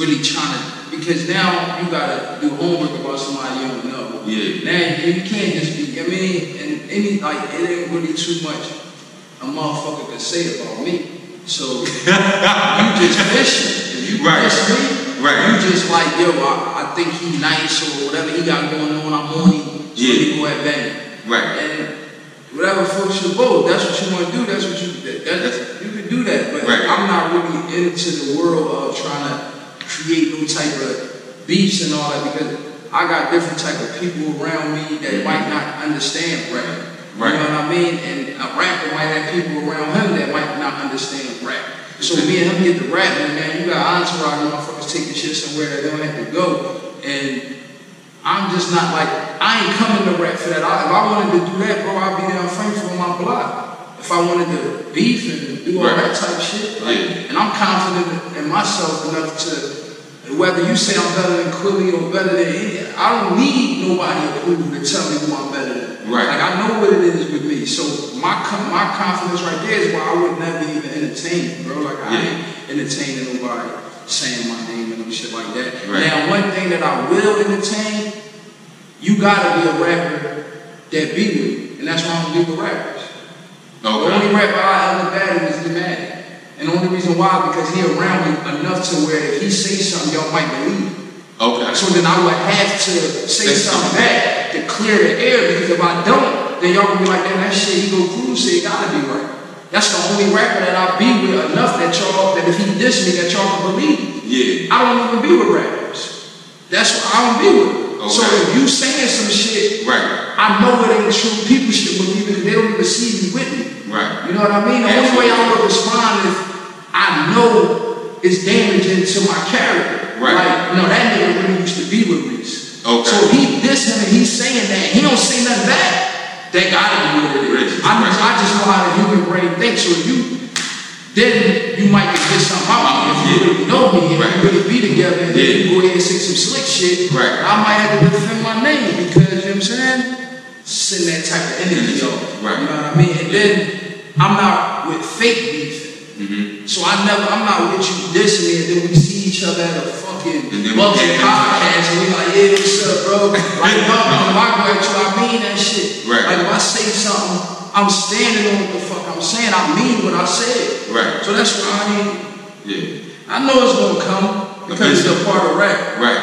C: really trying to because now you gotta do homework about somebody you don't know.
B: Yeah.
C: Now you can't just be. You know what I mean? And any like it ain't really too much a motherfucker could say about me. So you just fishing. If you
B: Right.
C: diss me,
B: Right.
C: you just like, yo, I, I think he nice or whatever he got going on, I'm on him. So
B: Yeah.
C: you go at bang.
B: Right.
C: And whatever floats your boat, that's what you want to do. That's what you, that, that's, you can do that. But
B: Right.
C: I'm not really into the world of trying to create no type of beefs and all that because I got different type of people around me that might not understand rap.
B: Mm-hmm. Right.
C: You know what I mean? And a rapper might have people around him that might not understand rap. So
B: Mm-hmm.
C: me and him get the rap, and man, you got entourage motherfuckers taking shit somewhere that they don't have to go. And I'm just not like, I ain't coming to rap for that. I, if I wanted to do that, bro, I'd be down Frankfurt on my block. If I wanted to beef and do all
B: Right.
C: that type shit. Like,
B: Yeah.
C: And I'm confident in myself enough to, whether you say I'm better than Quilly or better than any, I don't need nobody approval to tell me who I'm better than.
B: Right.
C: Like, I know what it is with me. So my com- my confidence right there is why I would never even entertain it, bro. Like I
B: Yeah.
C: ain't entertaining nobody saying my name and shit like that.
B: Right.
C: Now one thing that I will entertain, you gotta be a rapper that be with me. And that's why I don't deal with rappers. The only
B: Okay.
C: rapper I ever battled is Dramatic. And the only reason why, because he around me enough to where if he say something, y'all might believe.
B: Okay.
C: So then I would have to
B: Say
C: say something
B: something.
C: back to clear the air because if I don't, then y'all gonna be like, damn, that shit Ego Cruz said gotta be right. That's the only rapper that I be with enough that y'all, that if he diss me, that y'all can believe.
B: Yeah.
C: I don't even be with rappers. That's what I don't be with. So
B: Okay.
C: if you saying some shit,
B: Right.
C: I know it ain't true. People should believe it. They don't even see me with me.
B: Right.
C: You know what I mean? The only way I would respond is I know it's damaging to my character.
B: Right.
C: Like, no, that nigga really used to be with Reese.
B: Okay.
C: So if he dissing and he's saying that, he don't say nothing back. That gotta be what it is.
B: Right.
C: I, just- I just know how the human brain thinks. So if you then you might get this something out of me if you really know me and
B: Right.
C: we really be together and then
B: Yeah.
C: you go ahead and say some slick shit.
B: Right.
C: I might have to defend my name because you know what I'm saying? Send that type of energy off.
B: Right.
C: You know what I mean? And then I'm not with fake beef.
B: Mhm.
C: So I never, I'm not with you dissing me, and then we see each other at a fucking
B: And then we
C: Bugsy
B: get into it.
C: podcast, and we like, yeah, what's up, bro? Like, bro, I'm not going to, I mean that shit.
B: Right.
C: Like, if I say something, I'm standing on what the fuck I'm saying. I mean what I said.
B: Right.
C: So that's why I mean,
B: Yeah.
C: I know it's gonna come because it's a part of rap.
B: Right.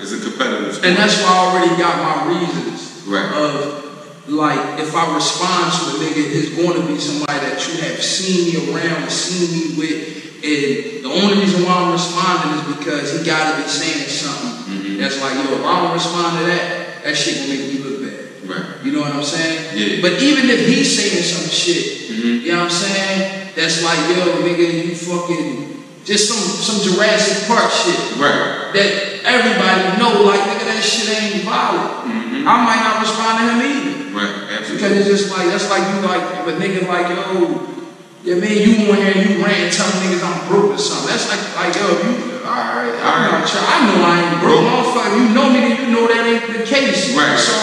B: It's a competitive. sport.
C: And that's why I already got my reasons
B: Right.
C: of like if I respond to a nigga, it's going to be somebody that you have seen me around, seen me with, and the only reason why I'm responding is because he gotta be saying something
B: Mm-hmm.
C: that's like, yo, if I don't respond to that, that shit gonna make me look bad.
B: Right.
C: You know what I'm saying?
B: Yeah. Mm-hmm.
C: But even if he's saying some shit, you know what I'm saying? That's like, yo, nigga, you fucking just some some Jurassic Park shit
B: Right.
C: that everybody know, like, nigga, that shit ain't violent. I might not respond to him either.
B: Right.
C: Because
B: Absolutely.
C: it's just like, that's like you like, if a nigga like, yo, yeah, man, you on here and you ran telling niggas I'm broke or something. That's like, like, yo, you, alright, I'm not sure. I know I ain't
B: Broke.
C: broke. Motherfucker, you know me, then you know that ain't the case.
B: Right.
C: So,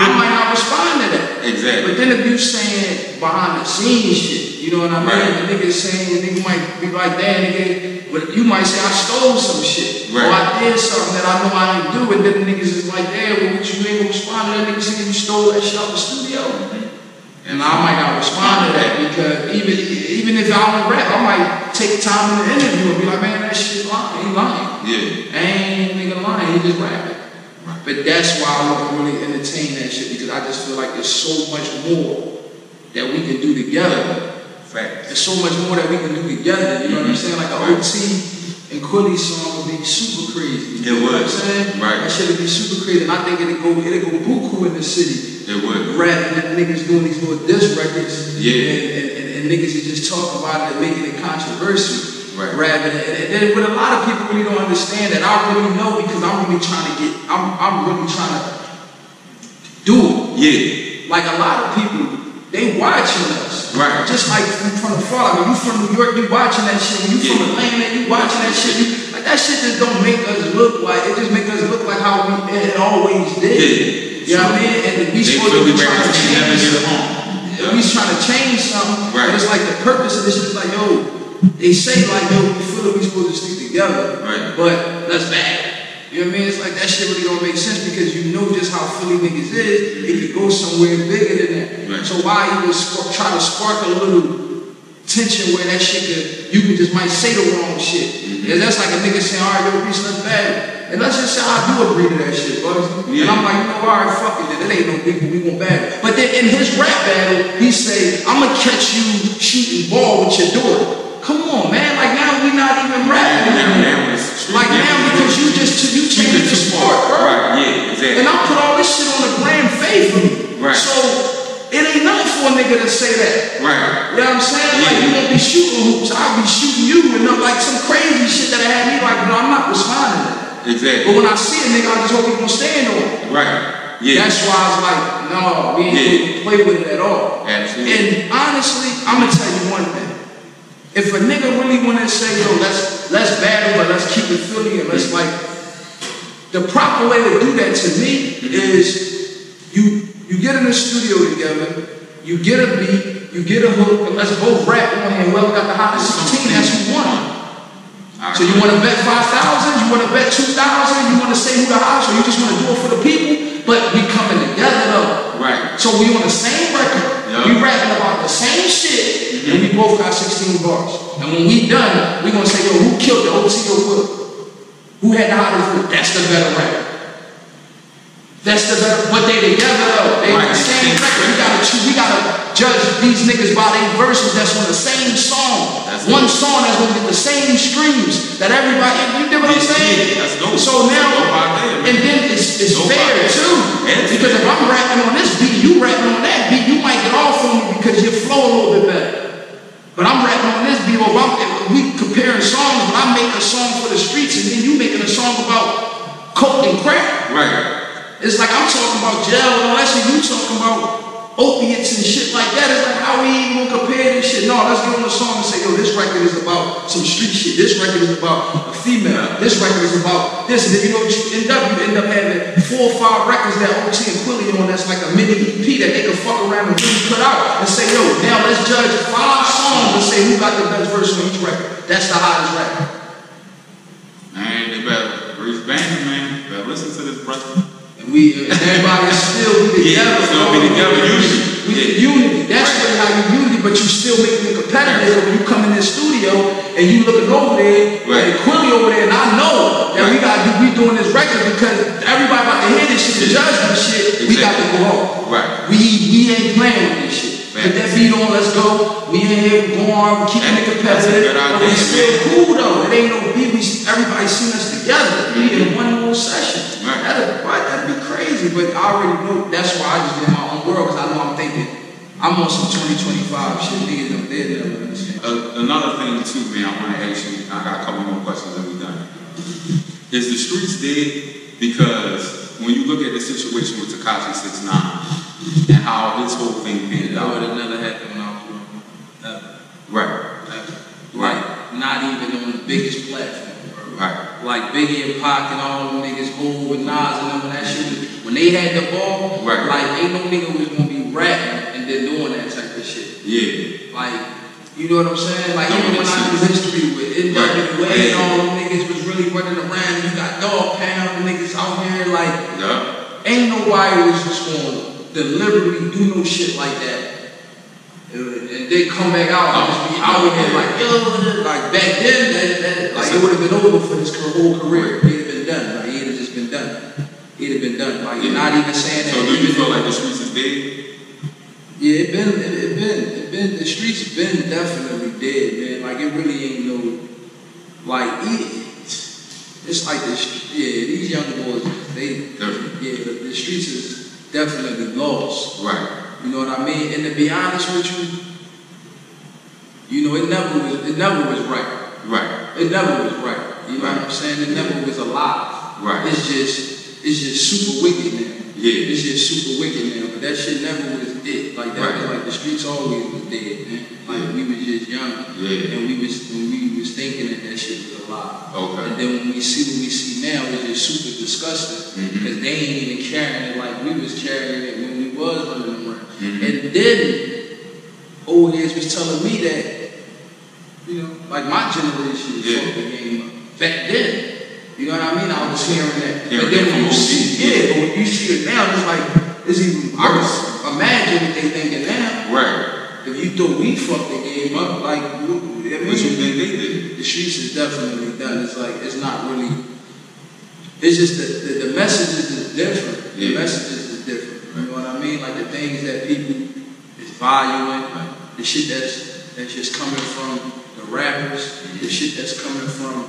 C: I might not respond to that.
B: Exactly.
C: But then if you saying behind the scenes shit, you know what I mean?
B: Right.
C: The nigga saying, nigga might be like that, nigga, but you might say I stole some shit. Or I
B: Right.
C: did something that I know I didn't do, and then the niggas is like, damn, well, what you ain't gonna respond to that nigga saying you stole that shit out the studio? And I might not respond to that because even even if I don't rap, I might take time in the interview and be like, man, that shit lying, he lying.
B: Yeah.
C: Ain't nigga lying, he just rapping.
B: Right.
C: But that's why I don't really entertain that shit because I just feel like there's so much more that we can do together.
B: Facts.
C: There's so much more that we can do together. You know what I'm saying? Like
B: Mm-hmm. Right.
C: an OT and Quilly song would be super
B: It
C: crazy. You know what I'm
B: would.
C: saying?
B: Right.
C: That shit would be super crazy. And I think it'd go it'd go buku in the city.
B: It would.
C: Rap and niggas doing these little diss records.
B: Yeah.
C: And, and, and, and niggas is just talking about it and making it controversial.
B: Right.
C: Rapping it. And, and, but a lot of people really don't understand that. I really know because I'm really trying to get I'm I'm really trying to do it.
B: Yeah.
C: Like a lot of people, they watching us.
B: Right.
C: Just like you from afar. Like when you from New York, you watching that shit. When you from
B: Yeah.
C: Atlanta, you watching that shit. You, like that shit just don't make us look like it just make us look like how we it always
B: Yeah.
C: did. You know what I mean? And
B: They
C: we supposed
B: feel
C: to
B: we
C: be
B: ready
C: trying
B: to
C: to
B: never
C: change
B: get home.
C: something. At least trying to change something.
B: Right.
C: But it's like the purpose of this shit is like, yo, they say like, yo, we feel that we supposed to stick together.
B: Right.
C: But that's bad. You know what I mean? It's like that shit really don't make sense because you know just how Philly niggas is. It could go somewhere bigger than that.
B: Right.
C: So why even spark, try to spark a little tension where that shit could, you could just might say the wrong shit.
B: Mm-hmm.
C: And that's like a nigga saying, all right, yo, peace, nothing bad. And let's just say I do agree to that shit, bro. And
B: Yeah.
C: I'm like, you know, all right, fuck it, then. It ain't no big deal. We gonna battle. But then in his rap battle, he say, I'm gonna catch you shooting ball with your daughter. Come on, man. Like now we not even rapping.
B: Now- now
C: anymore.
B: it's-
C: Like now because you just
B: You
C: you changed
B: just
C: the
B: too
C: sport,
B: smart.
C: bro.
B: Right, yeah, exactly.
C: And I put all this shit on the gram fade for me.
B: Right.
C: So it ain't nothing for a nigga to say that.
B: Right.
C: You know what I'm saying?
B: Yeah.
C: Like you won't be shooting hoops, I'll be shooting you and I'm like some crazy shit that had me like, no, I'm not responding. to that. But
B: Exactly.
C: when I see a nigga, I just hope he gonna stand on it.
B: Right. Yeah.
C: That's why I was like, no, we ain't play with it at all.
B: Absolutely.
C: And honestly, I'm gonna tell you one thing. If a nigga really wanna say, yo, let's let's battle but let's keep it Philly and let's like the proper way to do that to me is you you get in the studio together, you get a beat, you get a hook, and let's both rap on here. Whoever got the hottest 16, that's who won.
B: I
C: So you
B: agree.
C: want to bet five thousand? You want to bet two thousand? You want to say who the house, or you just want to do it for the people? But we coming together though.
B: Right.
C: So we on the same record.
B: Yeah.
C: We rapping about the same shit, and we both got sixteen bars. And when we done, we gonna say, yo, who killed the OT or Will? Who had the hottest Will? That's the better rapper. That's the better. But they together though. They on
B: Right.
C: the same record. We gotta choose. We gotta judge these niggas by their verses. That's on the same song.
B: That's it.
C: One song that's gonna get the same streams that everybody. You get what I'm
B: Yeah,
C: saying?
B: yeah, that's dope.
C: So now,
B: Dope idea, man.
C: and then it's, it's
B: Dope
C: fair
B: idea.
C: too,
B: Yes.
C: because if I'm rapping on this beat, you rapping on that beat, you might get off on me because your flow a little bit better. But I'm rapping on this beat, or if I'm, if we comparing songs, but I make a song for the streets, and then you making a song about coke and crack.
B: Right.
C: It's like I'm talking about jail and all that shit. You talking about opiates and shit like that. It's like how we even gonna compare this shit. No, let's get on the song and say, yo, this record is about some street shit. This record is about a female. This record is about this. And if you know what you end up, you end up having four or five records that OT and Quilly on that's like a mini EP that they can fuck around and really put out and say, yo, now let's judge five songs and say who got the best verse on each record. That's the hottest record.
B: Man, they better Reese Banner, man. Better listen to this brother.
C: And we, and everybody still be
B: Yeah,
C: together.
B: still
C: bro.
B: be together, unity.
C: We
B: Yeah.
C: unity. That's
B: Right.
C: really how you unity, but you still making it competitive. When you come in this studio and you looking over there,
B: Right.
C: and Quilly over there, and I know that we got to we doing this record because everybody about to hear this shit,
B: Yeah.
C: judge this shit. We got to go home.
B: Right.
C: We we ain't playing with this shit. Put that beat on, let's go. We in here going, we keeping
B: That-
C: it
B: that's a
C: competitive.
B: good
C: But we
B: idea,
C: still
B: man.
C: cool though. It ain't no beat. We everybody seen us together. We in one little session.
B: Right.
C: That'll why that'd be crazy, but I already know that's why I just get in my own world because I know I'm thinking I'm on some 2025 shit. Niggas don't dead never understand.
B: Uh, another thing too, man. I want to ask you. I got a couple more questions and we done. Is the streets dead? Because when you look at the situation with Takashi 69 and how his whole thing panned
C: That would
B: out,
C: have never happened when I was growing up.
B: right,
C: Ever, ever.
B: Right.
C: Like not even on the biggest platform. bro.
B: right,
C: Like Biggie and Pac and all them niggas, who with Nas and them, when that shit was, when they had the ball,
B: Right.
C: like ain't no nigga was gonna be rapping and then doing that type of shit.
B: yeah,
C: Like, you know what I'm saying? Like,
B: No,
C: even when
B: makes
C: I do history with NWA
B: Right.
C: and all them niggas was really running around, you got dog pound niggas out here, like,
B: yeah,
C: ain't nobody was just gonna deliberately do no shit like that. And and they come back out and just be out here like, yo, like back then, that, that, like it would have been over for his whole career. He'd have been done. Like, he'd have just been done. He'd he'd have been done. Like you're not even saying that.
B: So do you
C: even
B: feel
C: if-
B: like the streets is dead?
C: Yeah, it been, it, it been, it been. The streets been definitely dead, man. Like it really ain't no, like it, it's like this. Yeah, these young boys, they,
B: Definitely.
C: yeah, the, the streets is definitely lost.
B: Right.
C: You know what I mean? And to be honest with you, you know it never was, it never was right.
B: Right.
C: It never was right. You know what I'm saying? It never was alive.
B: Right.
C: It's just, it's just super wicked now.
B: Yeah.
C: It's just super wicked now. But that shit never was it. Like that was
B: Right.
C: like the streets always was dead, man. Like we was just young.
B: Yeah.
C: And we was when we was thinking that that shit was alive.
B: Okay.
C: And then when we see what we see now, it's just super disgusting.
B: Mhm.
C: Cause they ain't even carrying it like we was carrying it when we was living around.
B: Mhm.
C: And then old heads was telling me that, you know, like my generation
B: Yeah.
C: fucked the game up. Back then, you know what I mean? I was hearing that.
B: Yeah,
C: but then when
B: from
C: you see,
B: OGs.
C: yeah, but when you see it now, it's like, it's even, I was imagine what they thinking now.
B: Right.
C: If you thought we fucked the game up, like, you- I
B: What you
C: mean,
B: think they did?
C: the streets is definitely done. It's like, it's not really, it's just the, the, the messages is different. The
B: Yeah.
C: messages is different. You know what I mean? Like the things that people is valuing, the shit that's, that's just coming from the rappers, the shit that's coming from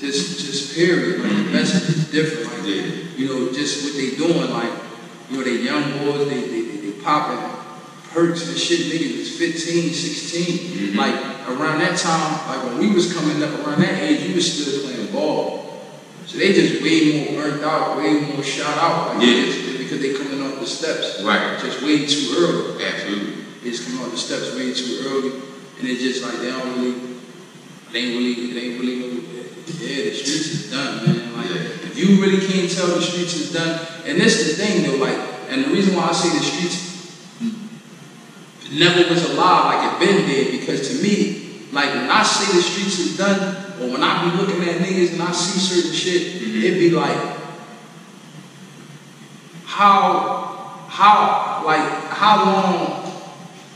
C: just, just period. Like the message is different. Like,
B: Mm-hmm. Yeah.
C: you know, just what they doing, like, you know, they young boys, they they, they, they popping perks and shit, niggas was 15, 16.
B: Mhm.
C: Like around that time, like when we was coming up around that age, you was still playing ball. So they just way more burnt out, way more shot out, like,
B: Yeah.
C: just- because they coming off the steps.
B: Right.
C: Just way too early.
B: Absolutely.
C: They just come off the steps way too early, and it's just like they don't really, they ain't really, they ain't really, yeah, the streets is done, man. Like,
B: Yeah.
C: if you really can't tell the streets is done, and this the thing though, like, and the reason why I say the streets never was alive, like it been dead, because to me, like when I say the streets is done, or when I be looking at niggas and I see certain shit,
B: Mhm.
C: it be like, how how like how long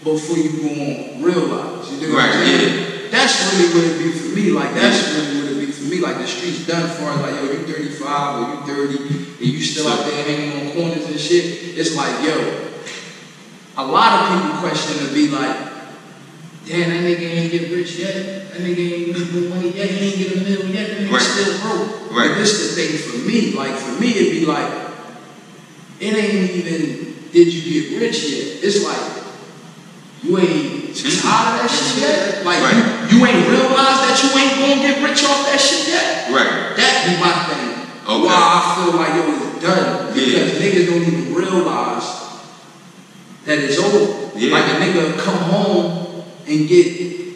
C: before you gonna realize you know what I'm
B: Right,
C: saying? That's really what it be for me. Like that's really what it be for me. Like the streets done for us. Like yo, you 35 or you 30 and you still out there hanging on corners and shit. It's like yo, a lot of people question to be like, damn that nigga ain't get rich yet. That nigga ain't get no money yet. He ain't get a million yet. That nigga
B: Right.
C: still broke.
B: Right.
C: But this the thing for me. Like for me, it'd be like it ain't even did you get rich yet. It's like you ain't tired of that shit yet. Like
B: Right.
C: you, you ain't realized that you ain't gonna get rich off that shit yet.
B: Right.
C: That be my thing.
B: Okay.
C: Why I feel like yo it's done because
B: Yeah.
C: niggas don't even realize that it's over.
B: Yeah.
C: Like a nigga come home and get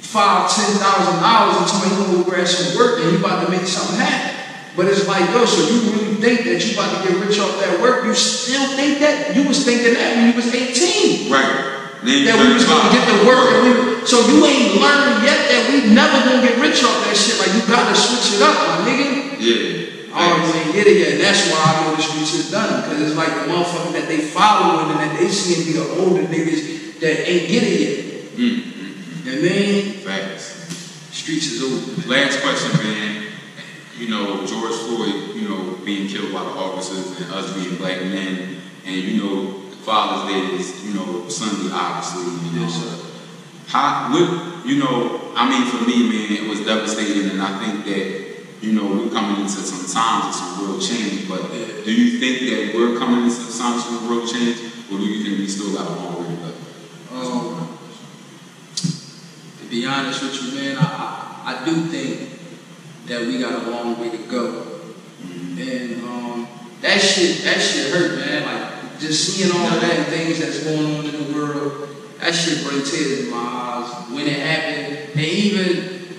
C: five, ten thousand dollars and tell me you gonna go grab some work and you about to make something happen. But it's like, yo, so you really think that you about to get rich off that work? You still think that? You was thinking that when you was 18
B: Right. Then
C: that
B: you
C: we was gonna get the work and we so you ain't learned yet that we never gonna get rich off that shit. Like you gotta switch it up, my nigga.
B: Yeah.
C: Oh, you ain't get it yet. That's why I know the streets is done. Cause it's like the motherfucker that they following and that they seeing be the older niggas that ain't get it yet. You know what I mean?
B: Facts.
C: Streets is over.
B: Last question, man. You know, George Floyd, you know, being killed by the officers and us being black men, and you know, Father's Day is, you know, Sunday, obviously. You know,
C: Yes, sir.
B: how, what, you know, I mean, for me, man, it was devastating, and I think that, you know, we're coming into some times of some real change, but do you think that we're coming into some times of real change, or do you think we still got a long way to go?
C: Um, to be honest with you, man, I, I, I do think that we got a long way to go. And um, that shit, that shit hurt, man. Like just seeing all of that and things that's going on in the world, that shit bring tears to my eyes when it happened, and even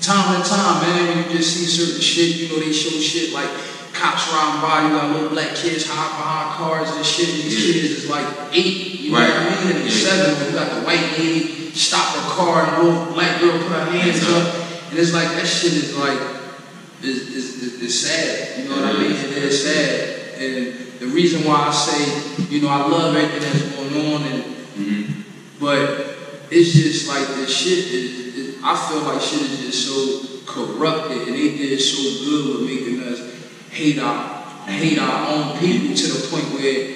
C: time and time, man, when you just see certain shit, you know, they show shit like cops riding by, you got little black kids hiding behind cars and shit, and these
B: Yeah.
C: kids is like eight, you know what I
B: Right.
C: mean? And
B: Yeah.
C: seven, when you got the white lady stop her car and a little black girl put her hands up, and it's like, that shit is like, is, is, is, is sad, you know what I mean? It is sad. And the reason why I say, you know, I love everything that's going on and
B: Mm-hmm.
C: but it's just like this shit is, is- I feel like shit is just so corrupted and they did so good with making us hate our hate our own people to the point where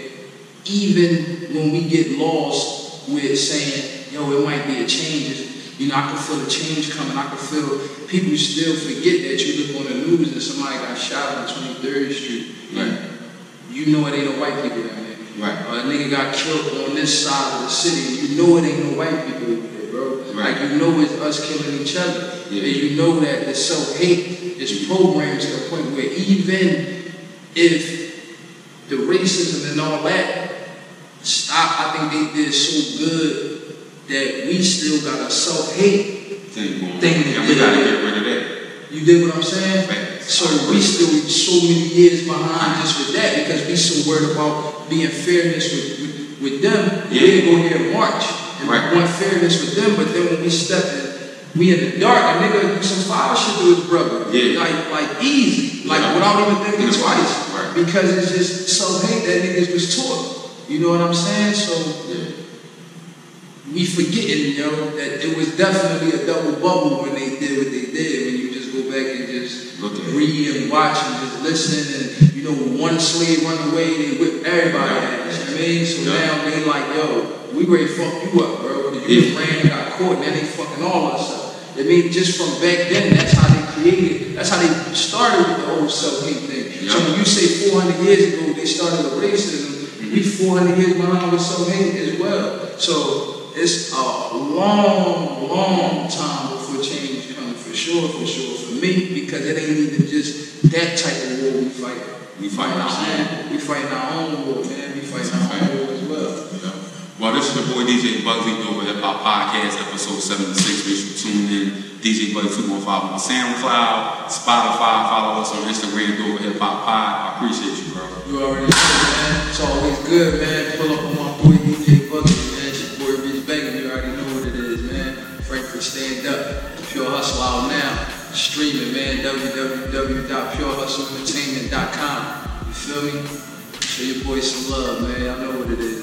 C: even when we get lost with saying, yo, it might be a change, you know, I can feel the change coming. I can feel people still forget that you look on the news and somebody got shot on 23rd Street.
B: Right.
C: You know it ain't no white people down there.
B: Right.
C: Or a nigga got killed on this side of the city. You know it ain't no white people over there, bro.
B: Right.
C: Like you know it's us killing each other.
B: Yeah.
C: And you know that the self-hate is programmed to the point where even if the racism and all that stop, I think they did so good that we still got a self-hate.
B: Thing going on.
C: Thing that
B: and we gotta
C: did
B: get rid of that.
C: You get what I'm saying?
B: Facts.
C: So we still so many years behind just with that because we so worried about being fairness with, with, with them.
B: Yeah.
C: We go here and march and
B: Right.
C: we want fairness with them, but then when we step in, we in the dark and nigga some foul shit to his brother.
B: Yeah.
C: Like like easy. Like
B: Yeah.
C: without even thinking
B: Yeah.
C: twice.
B: Right.
C: Because it's just so hate that niggas was taught. You know what I'm saying? So
B: Yeah.
C: we forgetting, yo, that it was definitely a double bubble when they did what they did. When you just go back and just
B: Look at it.
C: read and watch and just listen, and you know, when one slave run away, they whip everybody ass. You know what I mean? So
B: Yeah.
C: now they like, yo, we ready to fuck you up, bro. You
B: Yeah.
C: ran and got caught, and then they fucking all us up. I mean, just from back then, that's how they created. That's how they started with the whole self-hate thing. So
B: Yeah.
C: when you say 400 years ago they started with racism, we 400 years behind with self-hate as well. So it's a long, long time before change comes, for sure, for sure, for me, because it ain't even just that type of war we fight.
B: We fighting our own.
C: We fighting our own war, man. We fighting
B: That's a fact.
C: our own war as well.
B: Yeah. Well, this is your boy DJ Bugsy doing with Hip Hop Podcast, episode 76. Make sure you tune in. DJ Bugsy 215 on SoundCloud, Spotify. Follow us on Instagram, Do Hip Hop Pod. I appreciate you, bro.
C: You already know, man. It's always good, man. Pull up on my boy DJ Buckets, man. It's your boy Rich Bacon. You already know what it is, man. Frankfurt Stand Up. Pure Hustle out now. Streaming, man. www.purehustleentertainment.com. You feel me? Show your boy some love, man. I know what it is.